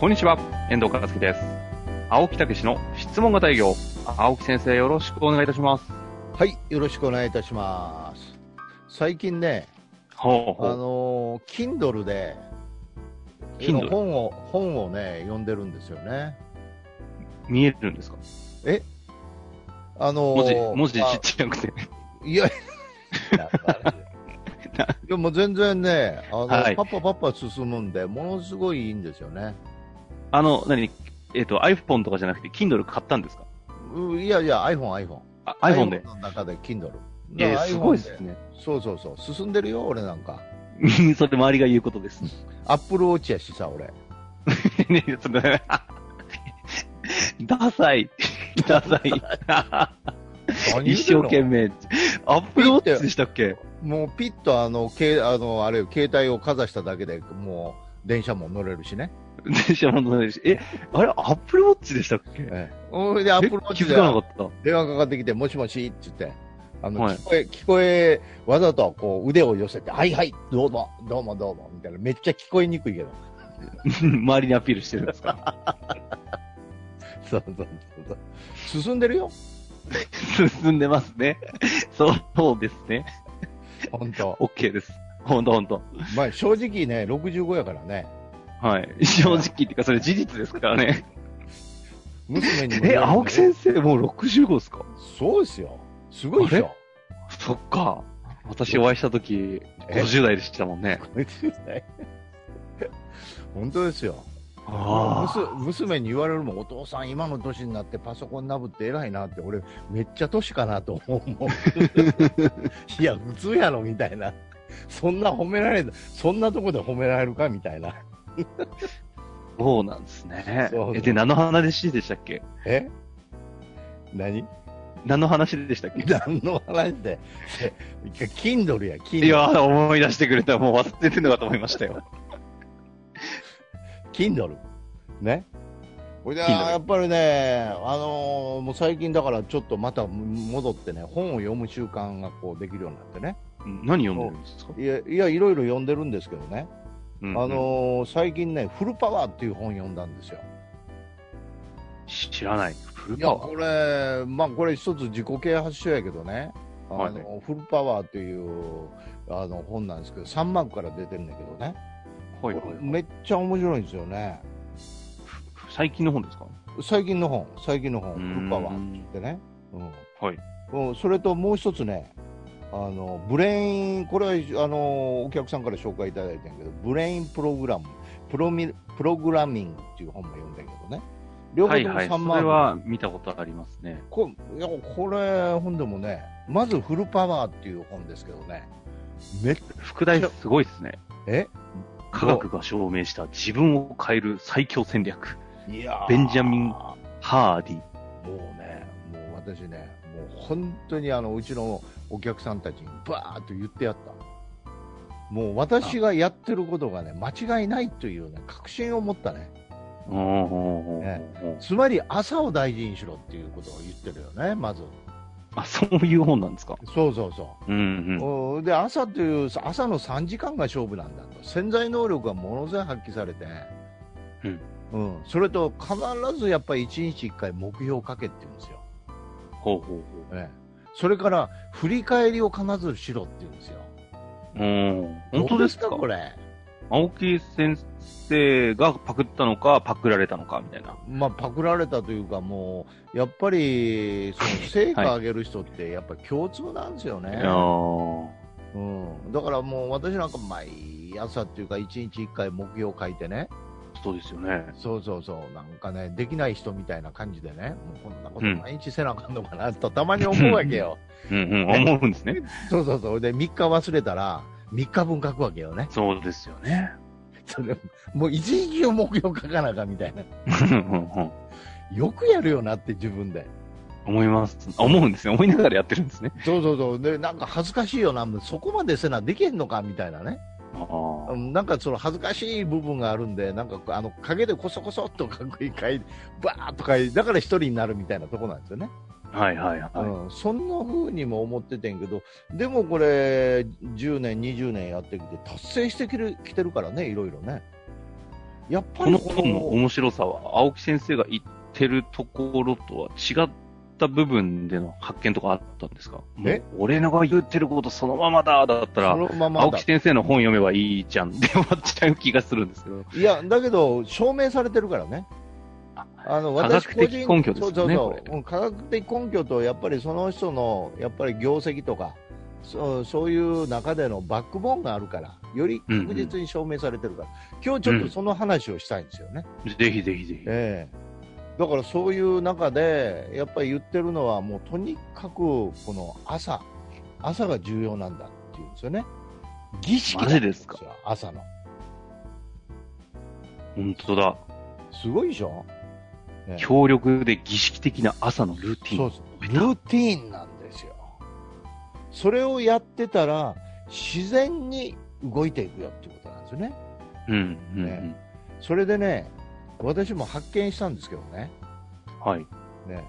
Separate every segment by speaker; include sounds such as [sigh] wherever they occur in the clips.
Speaker 1: こんにちは、遠藤和樹です。青木武の質問型営業。青木先生、よろしくお願いいたします。
Speaker 2: はい、よろしくお願いいたします。最近ね、
Speaker 1: ほう
Speaker 2: あ
Speaker 1: ほう。
Speaker 2: のー、Kindle で、
Speaker 1: Kindle
Speaker 2: 本を、本をね、読んでるんですよね。
Speaker 1: 見えるんですか
Speaker 2: あの
Speaker 1: 文字、
Speaker 2: ー、
Speaker 1: 文字
Speaker 2: あ
Speaker 1: ちっちゃくて。
Speaker 2: いや、いやもう全然ね、あの、
Speaker 1: はい
Speaker 2: パッパパッパ進むんで、ものすごいいいんですよね。
Speaker 1: あの、何えっ、と、iPhone とかじゃなくて、Kindle 買ったんですか
Speaker 2: ういやいや、iPhone、iPhone。
Speaker 1: あ ?iPhone で。
Speaker 2: の中で Kindle。
Speaker 1: えー、すごいです
Speaker 2: iPhone
Speaker 1: ね。
Speaker 2: そうそうそう、進んでるよ、俺なんか。
Speaker 1: [laughs] それ周りが言うことです。
Speaker 2: Apple Watch やしさ、俺。
Speaker 1: ねそれ [laughs] ダサ
Speaker 2: [laughs]
Speaker 1: い。ダサい。一生懸命。アップローチでしたっけ
Speaker 2: もうピッとあの、けあの、あれよ、携帯をかざしただけで、もう、電車も乗れるしね。
Speaker 1: [laughs] 電車も乗れるし。え、あれ、アップローチでしたっけ
Speaker 2: ええ。ほいで、アップロー
Speaker 1: 気
Speaker 2: チ
Speaker 1: づ
Speaker 2: で
Speaker 1: かなかった。
Speaker 2: 電話かかってきて、もしもしって言って、あの、
Speaker 1: はい
Speaker 2: 聞こえ、聞こえ、わざとこう、腕を寄せて、はいはい、どうも、どうもどうも、みたいな。めっちゃ聞こえにくいけど。 [laughs]
Speaker 1: 周りにアピールしてるんですか
Speaker 2: そうそうそうそう。進んでるよ、
Speaker 1: [laughs] 進んでますね。そうですね。
Speaker 2: 本当
Speaker 1: OK です。ほんとほんと。
Speaker 2: まあ、正直ね、65やからね。
Speaker 1: はい。正直っていうか、それ事実ですからね。
Speaker 2: 娘にも言われるんだ
Speaker 1: え、
Speaker 2: よ
Speaker 1: 青木先生もう65ですか
Speaker 2: そうですよ。すごいでしょ。
Speaker 1: そっか。私お会いした時、
Speaker 2: え
Speaker 1: 50代でしたもんね。
Speaker 2: [laughs] 本当ですよ。
Speaker 1: あ
Speaker 2: 娘娘に言われるもん、お父さん、今の年になってパソコンなぶって偉いなって、俺、めっちゃ年かなと思うもん。いや、普通やろみたいな、そんな褒められた、そんなとこで褒められるかみたいな、
Speaker 1: あ、そうなんですね
Speaker 2: そうそう。
Speaker 1: え、で、何の話でしたっけ
Speaker 2: え何
Speaker 1: 何の話でしたっけ
Speaker 2: 何の話で、せ一回、Kindle や、
Speaker 1: い
Speaker 2: Kindle。
Speaker 1: やー、思い出してくれた。もう忘れてるのかと思いましたよ。
Speaker 2: Kindle。ね。これで
Speaker 1: Kindle
Speaker 2: やっぱりね、あのーもう最近だからちょっとまた戻ってね、本を読む習慣がこうできるようになってね。
Speaker 1: 何読んでるんですか
Speaker 2: いや、いや、いろいろ読んでるんですけどね。
Speaker 1: うん
Speaker 2: あのー最近ね、フルパワーっていう本読んだんですよ。
Speaker 1: 知らない。古
Speaker 2: いや、
Speaker 1: 川は
Speaker 2: これ、まあ、これ一つ自己啓発書やけどね、あの
Speaker 1: はい
Speaker 2: フルパワーっていうあの本なんですけど、3幕から出てるんだけどね、
Speaker 1: いはいはい
Speaker 2: めっちゃ面白いんですよね。
Speaker 1: 最近の本ですか
Speaker 2: 最近の本、最近の本、フルパワ
Speaker 1: う
Speaker 2: ーっ
Speaker 1: ん
Speaker 2: てね。うん
Speaker 1: はい。
Speaker 2: うんそれともう一つね、あのブレイン、これはあのお客さんから紹介いただいたんやけど、ブレインプログラム、プロミプログラミングっていう本も読んだけどね、両方
Speaker 1: は
Speaker 2: と
Speaker 1: い
Speaker 2: も
Speaker 1: はい。そ
Speaker 2: 3万
Speaker 1: れは見たことありますね。
Speaker 2: こいやこれ、本でもね、まずフルパワーっていう本ですけどね、め
Speaker 1: 副題すごいですね。
Speaker 2: え
Speaker 1: 科学が証明した自分を変える最強戦略。
Speaker 2: いやー
Speaker 1: ベンジャミン
Speaker 2: も
Speaker 1: ハーディ。
Speaker 2: うね、もう私ね、もう本当にあのうちのお客さんたちにばーっと言ってやった。もう私がやってることがね、間違いないというね、確信を持ったね。
Speaker 1: おーおーおーおー
Speaker 2: つまり朝を大事にしろっていうことを言ってるよね、まず。
Speaker 1: あ、そういう本なんですか。
Speaker 2: そうそうそう。
Speaker 1: うんうん。
Speaker 2: うんで朝という朝の3時間が勝負なんだと潜在能力がものすごい発揮されて、
Speaker 1: うん
Speaker 2: うんそれと必ずやっぱり1日1回目標をかけって言うんですよ、
Speaker 1: ほうほうほう。
Speaker 2: ええそれから振り返りを必ずしろって言うんですよ
Speaker 1: うーん。本当ですか
Speaker 2: どうこれ、
Speaker 1: 青木先生がパクったのか、パクられたのか、みたいな。
Speaker 2: まあ、パクられたというかもうやっぱりその成果上げる人ってやっぱり共通なんですよね、
Speaker 1: いやー
Speaker 2: うん、だからもう私なんか毎朝っていうか1日1回目標を書いてね、
Speaker 1: そうですよね。
Speaker 2: そうそうそう、なんかね、できない人みたいな感じでね、もうこんなこと毎日せなあかんのかなとたまに思うわけよ。
Speaker 1: うんうん。思うんですね。
Speaker 2: [laughs] そうそうそう。で、3日忘れたら、3日分書くわけよね。
Speaker 1: そうですよね。
Speaker 2: それ、もう一日を目標書かなあかんみたいな。よくやるよなって自分で。
Speaker 1: 思います。思うんですね。思いながらやってるんですね。
Speaker 2: そうそうそう。で、なんか恥ずかしいよな。そこまでせなできへんのかみたいなね。
Speaker 1: あ
Speaker 2: う
Speaker 1: ー
Speaker 2: んなんかその恥ずかしい部分があるんで、なんかあの陰でこそこそっとかっこいい回、ばーっと書いて、だから一人になるみたいなとこなんですよね。
Speaker 1: はいはいは
Speaker 2: うん、そんな風にも思っててんけど、でもこれ、10年、20年やってきて、達成してきるきてるからね、いろいろね。やっ
Speaker 1: い。こ
Speaker 2: ぱり
Speaker 1: の
Speaker 2: こ
Speaker 1: 本の面白さは、青木先生が言ってるところとは違った部分での発見とかあったんですか
Speaker 2: え
Speaker 1: もう俺のが言ってることそのままだだったら、
Speaker 2: そのまま
Speaker 1: 青
Speaker 2: だ
Speaker 1: 木。先生の本読めばいいじゃんって終わっちゃう気がするんですけ
Speaker 2: [laughs]
Speaker 1: ど。
Speaker 2: いや、だけど、証明されてるからね。あの
Speaker 1: 科
Speaker 2: 私
Speaker 1: 学的
Speaker 2: 個
Speaker 1: 根
Speaker 2: 人
Speaker 1: 拠ですよね
Speaker 2: そうそう
Speaker 1: こ
Speaker 2: そう
Speaker 1: れ
Speaker 2: うん科学的根拠と、やっぱりその人のやっぱり業績とかそう、そういう中でのバックボーンがあるから、より確実に証明されてるから、今日ちょっとその話をしたいんですよね。
Speaker 1: ぜひぜひぜひ。
Speaker 2: ええだからそういう中で、やっぱり言ってるのは、もうとにかくこの朝、朝が重要なんだっていうんですよね。儀式だって言うんよ
Speaker 1: マ
Speaker 2: 朝の。
Speaker 1: 本当だ。
Speaker 2: すごいでしょええ
Speaker 1: 協力で儀式的な朝のルーティ
Speaker 2: そ
Speaker 1: ン
Speaker 2: う。そうルーティーンなんですよそれをやってたら自然に動いていくよっていうことなんですよね
Speaker 1: うん、うん、うん
Speaker 2: ね。それでね私も発見したんですけどね
Speaker 1: はい。
Speaker 2: ね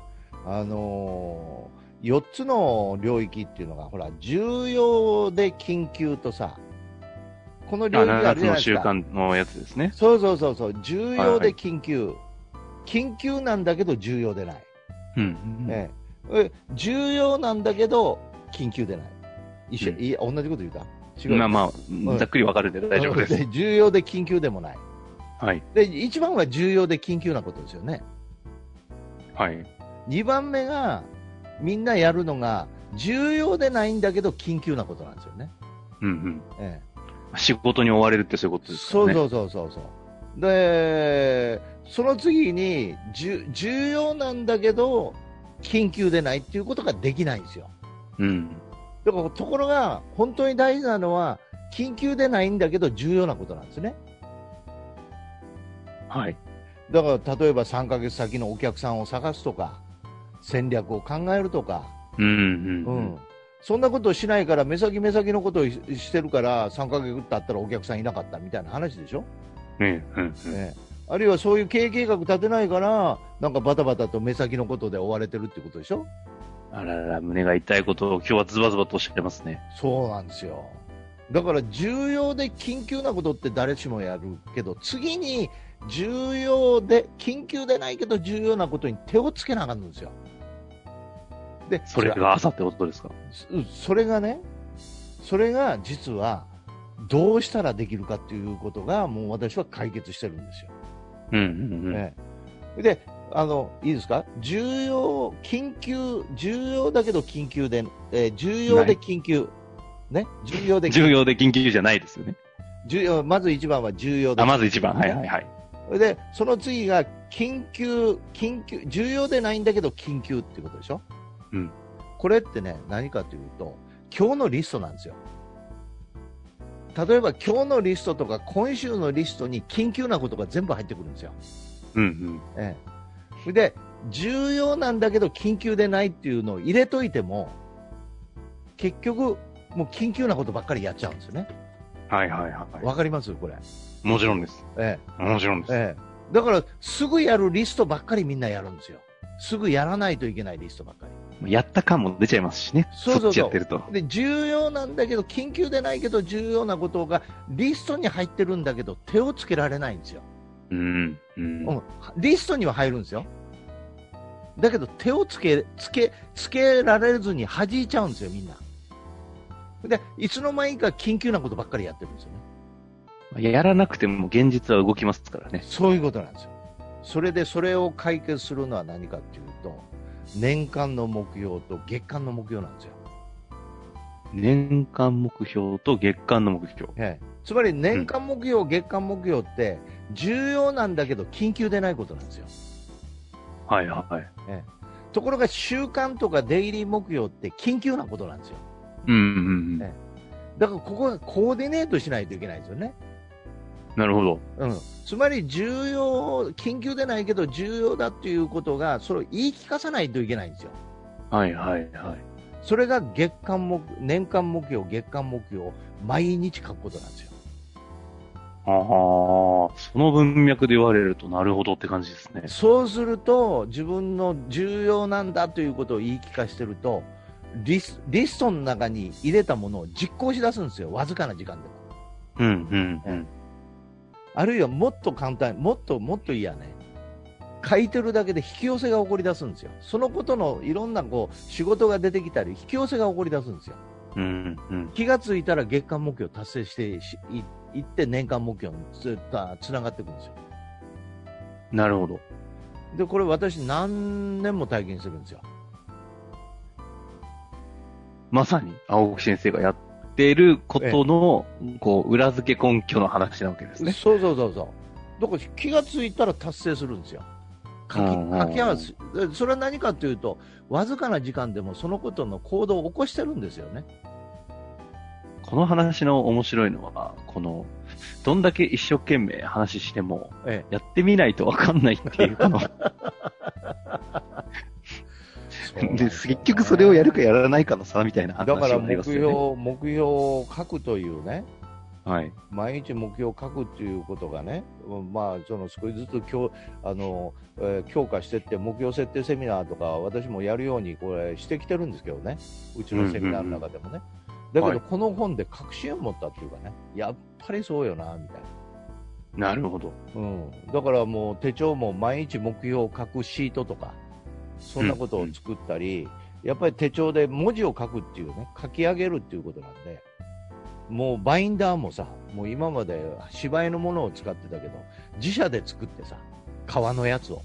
Speaker 2: あのー、4つの領域っていうのがほら重要で緊急とさこの領域が
Speaker 1: 7
Speaker 2: ある
Speaker 1: つ
Speaker 2: じゃ
Speaker 1: の
Speaker 2: ないです
Speaker 1: 習
Speaker 2: か
Speaker 1: 慣のやつですね。
Speaker 2: そうそうそうそう重
Speaker 1: はい
Speaker 2: 要
Speaker 1: は
Speaker 2: で
Speaker 1: い
Speaker 2: 緊急、緊急なんだけど重要でない
Speaker 1: うんうん。
Speaker 2: えええ重要なんだけど、緊急でない。一緒、
Speaker 1: うん
Speaker 2: いい同じこと言うか違う。
Speaker 1: まあまあ、ざっくりわかるんで大丈夫です。
Speaker 2: で [laughs] 重要で緊急でもない。
Speaker 1: はい。
Speaker 2: で、一番は重要で緊急なことですよね。
Speaker 1: はい。
Speaker 2: 二番目が、みんなやるのが、重要でないんだけど緊急なことなんですよね。
Speaker 1: うんうん。
Speaker 2: え
Speaker 1: 仕事に追われるってそういうこ
Speaker 2: え
Speaker 1: とですか
Speaker 2: そ
Speaker 1: ら
Speaker 2: う
Speaker 1: ね。
Speaker 2: そうそうそうそう。で、その次に、重重要なんだけど、緊急でないっていうことができないんですよ。
Speaker 1: うん。
Speaker 2: だからところが、本当に大事なのは、緊急でないんだけど重要なことなんですね。
Speaker 1: はい。
Speaker 2: だから例えば3ヶ月先のお客さんを探すとか、戦略を考えるとか、
Speaker 1: うんう。
Speaker 2: うん
Speaker 1: うんん。
Speaker 2: そんなことをしないから、目先目先のことをししてるから、3ヶ月経ったらお客さんいなかったみたいな話でしょ。
Speaker 1: ねうんうん。
Speaker 2: ねあるいはそういう経営計画立てないから、なんかバタバタと目先のことで追われてるってことでしょ
Speaker 1: あららら、胸が痛いことを今日はズバズバとおっしゃってますね。
Speaker 2: そうなんですよ。だから重要で緊急なことって誰しもやるけど、次に重要で、緊急でないけど重要なことに手をつけなあかんのですよ。で、
Speaker 1: それが朝ってことですか
Speaker 2: それがそれがね、それが実はどうしたらできるかっていうことが、もう私は解決してるんですよ。
Speaker 1: うんうんうん。
Speaker 2: ね、であのいいですか重要、緊急、重要だけど緊急で、えー重要で緊急、ね、重要で緊急
Speaker 1: 重要で緊急じゃないですよね。
Speaker 2: 重要まず一番は重要だ
Speaker 1: あ、まず一番。はいはいはい。
Speaker 2: でその次が緊急緊急重要でないんだけど緊急っていうことでしょ、
Speaker 1: うん、
Speaker 2: これってね何かというと今日のリストなんですよ例えば今日のリストとか今週のリストに緊急なことが全部入ってくるんですよ、
Speaker 1: うんうん。
Speaker 2: ええ、で重要なんだけど緊急でないっていうのを入れといても結局もう緊急なことばっかりやっちゃうんですよね
Speaker 1: はいはいはい。
Speaker 2: わかりますこれ、
Speaker 1: もちろんです。
Speaker 2: ええ、
Speaker 1: もちろんです。
Speaker 2: ええ、だから、すぐやるリストばっかりみんなやるんですよ。すぐやらないといけないリストばっかり。
Speaker 1: やった感も出ちゃいますしね。
Speaker 2: そうそうそう
Speaker 1: っちやってると。
Speaker 2: で、重要なんだけど、緊急でないけど重要なことが、リストに入ってるんだけど、手をつけられないんですよ。
Speaker 1: うんうん。
Speaker 2: うん。リストには入るんですよ。だけど、手をつけ、つけ、つけられずに弾いちゃうんですよ、みんな。で、いつの間にか緊急なことばっかりやってるんですよね。
Speaker 1: やらなくても現実は動きますからね。
Speaker 2: そういうことなんですよ。それでそれを解決するのは何かっていうと、年間の目標と月間の目標なんですよ。
Speaker 1: 年間目標と月間の目標。
Speaker 2: ええつまり年間目標、月間目標って重要なんだけど緊急でないことなんですよ。
Speaker 1: はいはい。
Speaker 2: ところが週間とかデイリー目標って緊急なことなんですよ。
Speaker 1: うんうんうん。
Speaker 2: ねだからここはコーディネートしないといけないんですよね。
Speaker 1: なるほど。
Speaker 2: うん、つまり重要、緊急でないけど重要だっていうことが、それを言い聞かさないといけないんですよ。
Speaker 1: はいはいはい。
Speaker 2: それが月間目、年間目標、月間目標、毎日書くことなんですよ。
Speaker 1: ああ、その文脈で言われるとなるほどって感じですね。
Speaker 2: そうすると、自分の重要なんだということを言い聞かしてると、リスリストの中に入れたものを実行しだすんですよ、わずかな時間でも。
Speaker 1: うんうんうん。
Speaker 2: あるいはもっと簡単、もっともっといいやね。書いてるだけで引き寄せが起こり出すんですよ。そのことのいろんなこう仕事が出てきたり、引き寄せが起こり出すんですよ。
Speaker 1: うんうん。
Speaker 2: 気がついたら月間目標達成してしいいって年間目標につたつながっていくんですよ。
Speaker 1: なるほど。
Speaker 2: で、これ私何年も体験してるんですよ。
Speaker 1: まさに青木先生がやってることの、こう、裏付け根拠の話なわけですね。
Speaker 2: そうそうそうそう。だから気がついたら達成するんですよ。書き
Speaker 1: うんうんうん
Speaker 2: 書き合わせ、でそれは何かというと、わずかな時間でもそのことの行動を起こしてるんですよね。
Speaker 1: この話の面白いのは、この、どんだけ一生懸命話しても、
Speaker 2: え
Speaker 1: やってみないとわかんないっていう、こ [laughs] の、 [laughs] で結局それをやるかやらないかの差みたいな
Speaker 2: だから
Speaker 1: 話になり
Speaker 2: 目
Speaker 1: ます
Speaker 2: 標、
Speaker 1: よね。
Speaker 2: 目標を書くというね、
Speaker 1: はい。
Speaker 2: 毎日目標を書くということがね、まあ、その少しずつ強あの、えー強化していって、目標設定セミナーとか、私もやるようにこれしてきてるんですけどね、うちのセミナーの中でもね。だけ
Speaker 1: は
Speaker 2: ど、
Speaker 1: い
Speaker 2: この本で確信を持ったっていうかね、やっぱりそうよな、みたいな。
Speaker 1: なるほど。
Speaker 2: うん、だからもう手帳も毎日目標を書くシートとか、そんなことを作ったり、やっぱり手帳で文字を書くっていうね、書き上げるっていうことなんで、もうバインダーもさ、もう今まで芝居のものを使ってたけど、自社で作ってさ、革のやつを、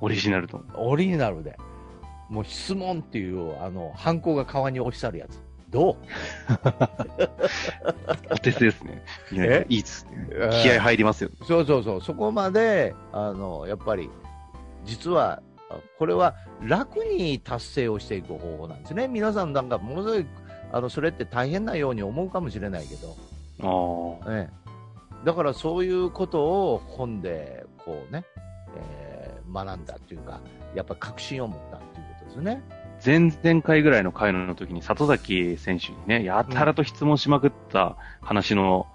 Speaker 1: オリジナルと。
Speaker 2: オリジナルで、もう質問っていう、あの、ハンコが革に押し去るやつ。どう
Speaker 1: お手製ですね。いや
Speaker 2: え
Speaker 1: いいですね
Speaker 2: え。ー
Speaker 1: 気合入りますよ。
Speaker 2: そうそうそう、そこまで、あの、やっぱり、実は、あこれは楽に達成をしていく方法なんですね。皆さんなんか、ものすごい、あの、それって大変なように思うかもしれないけど、
Speaker 1: ああ。
Speaker 2: ええだからそういうことを本で、こうね、えー学んだっていうか、やっぱ確信を持ったっていうことですね。
Speaker 1: 前々回ぐらいの回の時に、里崎選手にね、やたらと質問しまくった話の、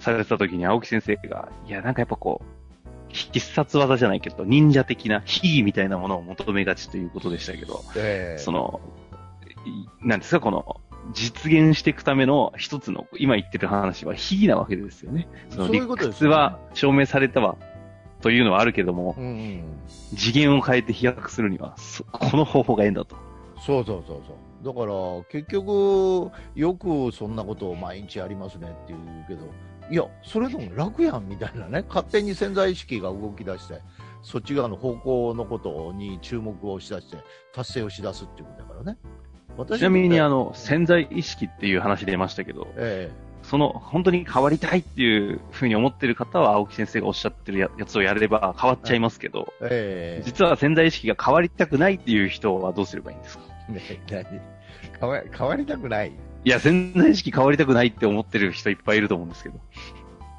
Speaker 1: されてた時に青木先生が、いや、なんかやっぱこう、必殺技じゃないけど、忍者的な、秘技みたいなものを求めがちということでしたけど、
Speaker 2: ええ
Speaker 1: その、いなんですか、この、実現していくための一つの、今言ってる話は非なわけですよね。その
Speaker 2: そうい
Speaker 1: 理
Speaker 2: うことで
Speaker 1: 屈
Speaker 2: すよね
Speaker 1: は証明されたわ、というのはあるけども、
Speaker 2: うんうん
Speaker 1: 次元を変えて飛躍するには、そこの方法がいいんだと。
Speaker 2: そうそうそうそう。だから、結局、よくそんなことを毎日やりますねって言うけど、いや、それでも楽やんみたいなね、勝手に潜在意識が動き出して、そっち側の方向のことに注目をしだして、達成をしだすっていうことだからね。私
Speaker 1: ちなみに、あ
Speaker 2: の、
Speaker 1: の、潜在意識っていう話出ましたけど、
Speaker 2: え
Speaker 1: その、本当に変わりたいっていうふうに思ってる方は、青木先生がおっしゃってるややつをやれば変わっちゃいますけど、
Speaker 2: えええ
Speaker 1: 実は潜在意識が変わりたくないっていう人はどうすればいいんですか
Speaker 2: ね
Speaker 1: [laughs]
Speaker 2: 何変わ変わりたくない。
Speaker 1: いや、潜在意識変わりたくないって思ってる人いっぱいいると思うんですけど。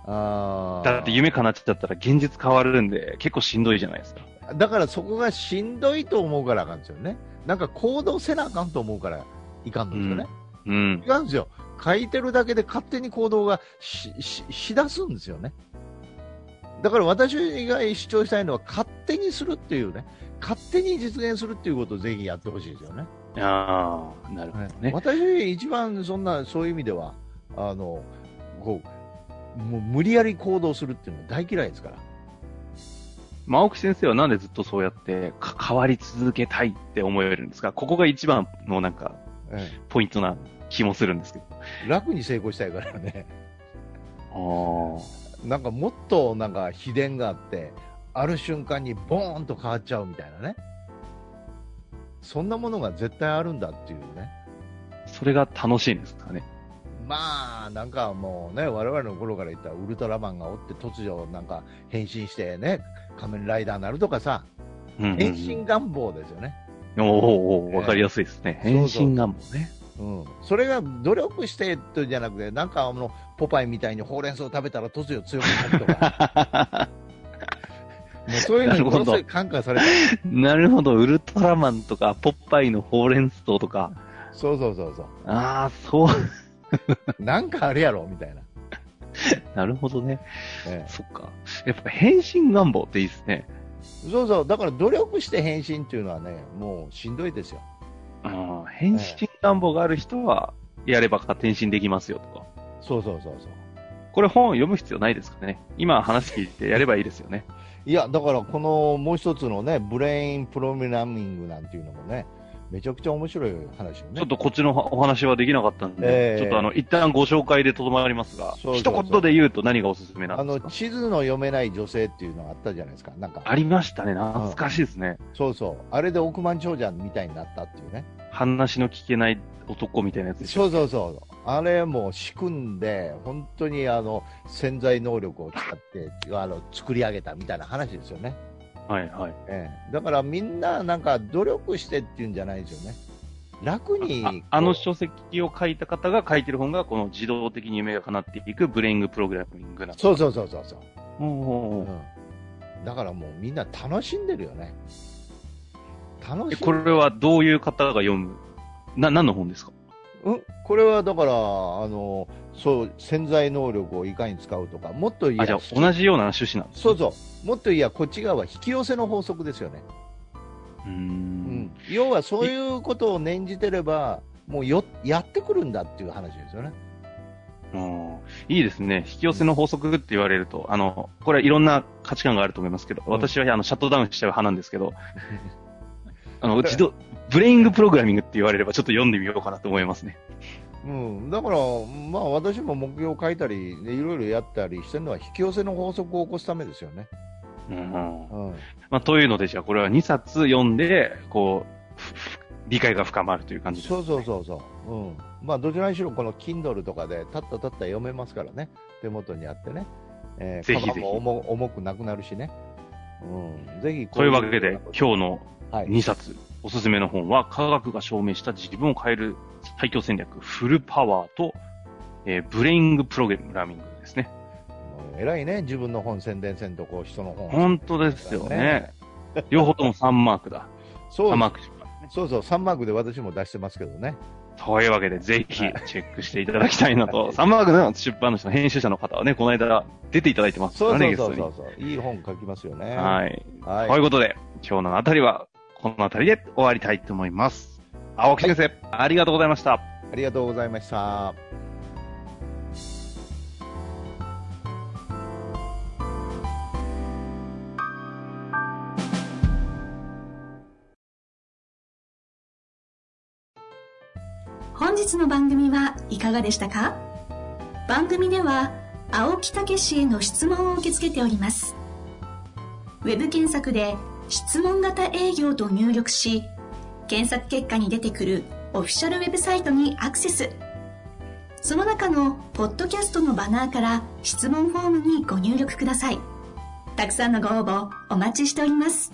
Speaker 2: あー
Speaker 1: だって夢叶っちゃったら現実変わるんで、結構しんどいじゃないですか。
Speaker 2: だからそこがしんどいと思うからあかんですよね。なんか行動せなあかんと思うからいかんのですよね。
Speaker 1: うん。
Speaker 2: 違うんですよ。書いてるだけで勝手に行動がし、し、しだすんですよね。だから私が主張したいのは勝手にするっていうね、勝手に実現するっていうことをぜひやってほしいですよね。
Speaker 1: ああ、なるほどね。
Speaker 2: 私一番そんな、そういう意味では、あの、こう、もう無理やり行動するっていうのは大嫌いですから。
Speaker 1: まあ、青木先生はなんでずっとそうやってか変わり続けたいって思えるんですかここが一番のなんか、
Speaker 2: え
Speaker 1: ポイントな気もするんですけど。
Speaker 2: え楽に成功したいからね。
Speaker 1: あ
Speaker 2: なんかもっとなんか秘伝があって、ある瞬間にボーンと変わっちゃうみたいなね。そんなものが絶対あるんだっていうね。
Speaker 1: あ、それが楽しいんですかね。
Speaker 2: まあ、なんかもうね、我々の頃から言ったらウルトラマンがおって突如なんか変身してね、仮面ライダーになるとかさ、
Speaker 1: うんうんうん
Speaker 2: 変身願望ですよね。
Speaker 1: おーおーおーわかりやすいですね。
Speaker 2: ええ
Speaker 1: 変身願望ね。
Speaker 2: うん、それが努力してとじゃなくて、なんかあのポパイみたいにほうれん草を食べたら突如強くなるとか、もうそういうのにものすごい感化された、
Speaker 1: なるほど、ウルトラマンとか、ポッパイのほうれん草とか、
Speaker 2: そうそうそうそ
Speaker 1: ああ、そう、 [laughs]
Speaker 2: う、なんかあるやろみたいな、
Speaker 1: なるほどね。
Speaker 2: ええ
Speaker 1: そっか。やっぱ変身願望っていいですね。
Speaker 2: そうそう、だから努力して変身っていうのはね、もうしんどいですよ、
Speaker 1: うん、変身願望がある人は、やれば転身できますよとか。
Speaker 2: そうそうそうそう。
Speaker 1: これ本読む必要ないですかね。今話聞いてやればいいですよね。
Speaker 2: いや、だからこのもう一つのね、ブレインプログラミングなんていうのもね、めちゃくちゃ面白い話よね。
Speaker 1: ちょっとこっちのお話はできなかったん
Speaker 2: え
Speaker 1: で、
Speaker 2: え
Speaker 1: ちょっとあの、一旦ご紹介でとどまりますが、
Speaker 2: そうそうそ
Speaker 1: 一
Speaker 2: う
Speaker 1: 言で言うと何がおすすめな
Speaker 2: あ
Speaker 1: んで
Speaker 2: の
Speaker 1: すか
Speaker 2: 地図の読めない女性っていうのがあったじゃないですか、なんか、
Speaker 1: ありましたね。懐かしいですね。
Speaker 2: そうそう、あれで億万長者みたいになったっていうね、
Speaker 1: 話の聞けない男みたいなやつでしょ。
Speaker 2: そうそうそう、あれも仕組んで、本当にあの潜在能力を使ってあの作り上げたみたいな話ですよね、
Speaker 1: はいはい。
Speaker 2: ええ、だからみんな、なんか努力してっていうんじゃないですよね、楽に
Speaker 1: ああの書籍を書いた方が書いてる本が、この自動的に夢が叶っていくブレイングプログラミングなんです。
Speaker 2: そうそうそうそうそう。
Speaker 1: おうおうおう
Speaker 2: うん、だからもうみんな楽しんでるよね。楽
Speaker 1: え
Speaker 2: しん
Speaker 1: これはどういう方が読むな、何の本ですか
Speaker 2: うん、これはだから、あの、そう、潜在能力をいかに使うとか、もっといや
Speaker 1: あ、じゃあ同じような趣旨なんですね
Speaker 2: そうそう、もっといや、こっち側は引き寄せの法則ですよね。
Speaker 1: うー
Speaker 2: うん
Speaker 1: ん。
Speaker 2: 要はそういうことを念じてれば、もうよやってくるんだっていう話ですよね。
Speaker 1: うんいいですね。引き寄せの法則って言われると、あの、これはいろんな価値観があると思いますけど、
Speaker 2: ん
Speaker 1: 私はあの、シャットダウンしちゃう派なんですけ
Speaker 2: [laughs]
Speaker 1: ど、あの、自動、ブレイングプログラミングって言われればちょっと読んでみようかなと思いますね。
Speaker 2: うん、だから、まあ私も目標を書いたり、ねいろいろやったりしてるのは、引き寄せの法則を起こすためですよね。
Speaker 1: うん。
Speaker 2: うん
Speaker 1: まあ、というので、じゃあこれは2冊読んで、こう、ふふ理解が深まるという感じです。
Speaker 2: そうそうそうそう、うん、まあどちらにしろこの Kindle とかでたったたった読めますからね手元にあってね、えー、
Speaker 1: ぜひぜひ
Speaker 2: カバンも重重くなくなるしね、うん、ぜひこと
Speaker 1: いうわけで、今日の
Speaker 2: はい、
Speaker 1: 2冊、おすすめの本は、科学が証明した自分を変える最強戦略、フルパワーと、えーブレイングプログラミングですね。
Speaker 2: うん偉いね自分の本宣伝せんとこう人の本
Speaker 1: 本当ですよね。両方とも3マークだ。
Speaker 2: [laughs] そう
Speaker 1: 3マークしかね。
Speaker 2: そうそう3マークで私も出してますけどね
Speaker 1: というわけで、ぜひチェックしていただきたいなと。3マークの出版の人、編集者の方はね、この間出ていただいてますか
Speaker 2: そう
Speaker 1: らね、
Speaker 2: そう
Speaker 1: ゲス
Speaker 2: そ
Speaker 1: ト
Speaker 2: う
Speaker 1: に
Speaker 2: そ。うそういい本書きますよね
Speaker 1: はい。
Speaker 2: はい
Speaker 1: ということで、今日のあたりは、このあたりで終わりたいと思います。青木先生、ありがとうございました。
Speaker 2: ありがとうございました
Speaker 3: 本日の番組はいかがでしたか番組では青木武氏への質問を受け付けておりますウェブ検索で「質問型営業」と入力し検索結果に出てくるオフィシャルウェブサイトにアクセスその中のポッドキャストのバナーから質問フォームにご入力くださいたくさんのご応募お待ちしております